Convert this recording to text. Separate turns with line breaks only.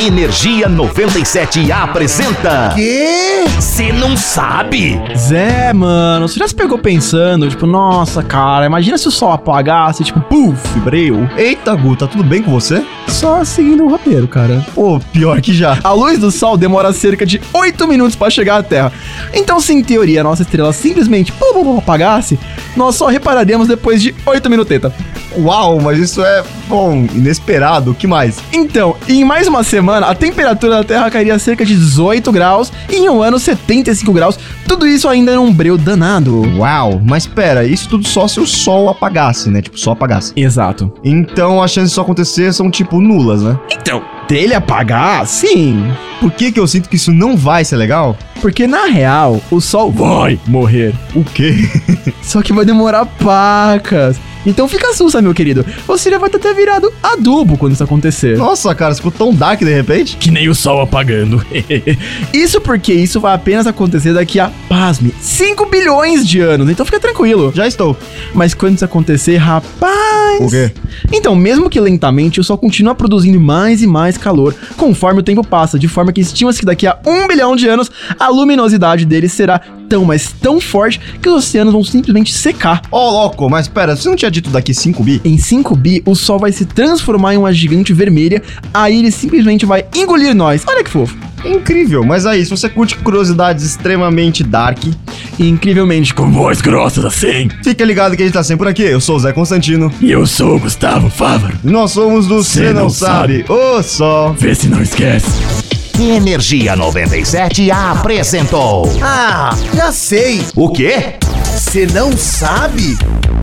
Energia 97 apresenta.
Quê?
Você não sabe?
Zé, mano, você já se pegou pensando, tipo, nossa, cara, imagina se o sol apagasse, tipo, puf, breu.
Eita, Guta, tudo bem com você?
Só seguindo o roteiro, cara.
Pô, pior que já.
A luz do sol demora cerca de 8 minutos pra chegar à Terra. Então, se em teoria a nossa estrela simplesmente pum, pum, pum, apagasse, nós só repararíamos depois de 8 minuteta.
Uau, mas isso é, bom, inesperado. O que mais?
Então, em mais uma semana, a temperatura da Terra cairia a cerca de 18 graus e em um ano 75 graus. Tudo isso ainda num breu danado.
Uau, mas pera, isso tudo só se o sol apagasse, né? Tipo, só apagasse.
Exato.
Então as chances de isso acontecer são, tipo, nulas, né?
Então,
Dele apagar? Sim.
Por que que eu sinto que isso não vai ser legal?
Porque na real, o sol vai morrer.
O quê?
Só que vai demorar pacas. Então fica sussa, meu querido. Você já vai ter até virado adubo quando isso acontecer.
Nossa, cara, ficou tão dark de repente.
que nem o sol apagando.
Isso porque isso vai apenas acontecer daqui a, pasme, 5 bilhões de anos. Então fica tranquilo.
Já estou.
Mas quando isso acontecer, rapaz.
O quê?
Então, mesmo que lentamente, o Sol continua produzindo mais e mais calor conforme o tempo passa, de forma que estima-se que daqui a um bilhão de anos a luminosidade dele será tão, mas tão forte que os oceanos vão simplesmente secar.
Ó, louco, mas pera, você não tinha dito daqui 5 bi?
Em 5 bi, o Sol vai se transformar em uma gigante vermelha, aí ele simplesmente vai engolir nós. Olha que fofo.
Incrível, mas aí, se você curte curiosidades extremamente dark,
E, incrivelmente,
Com voz grossa assim.
fica ligado que a gente tá sempre por aqui. Eu sou o Zé Constantino
E eu sou o Gustavo Fávaro.
e nós somos do
Cê
Cê
Não
Não Sabe, o Sol.
Vê se não esquece. Energia 97 apresentou.
Ah, já sei.
O quê?
Você não sabe?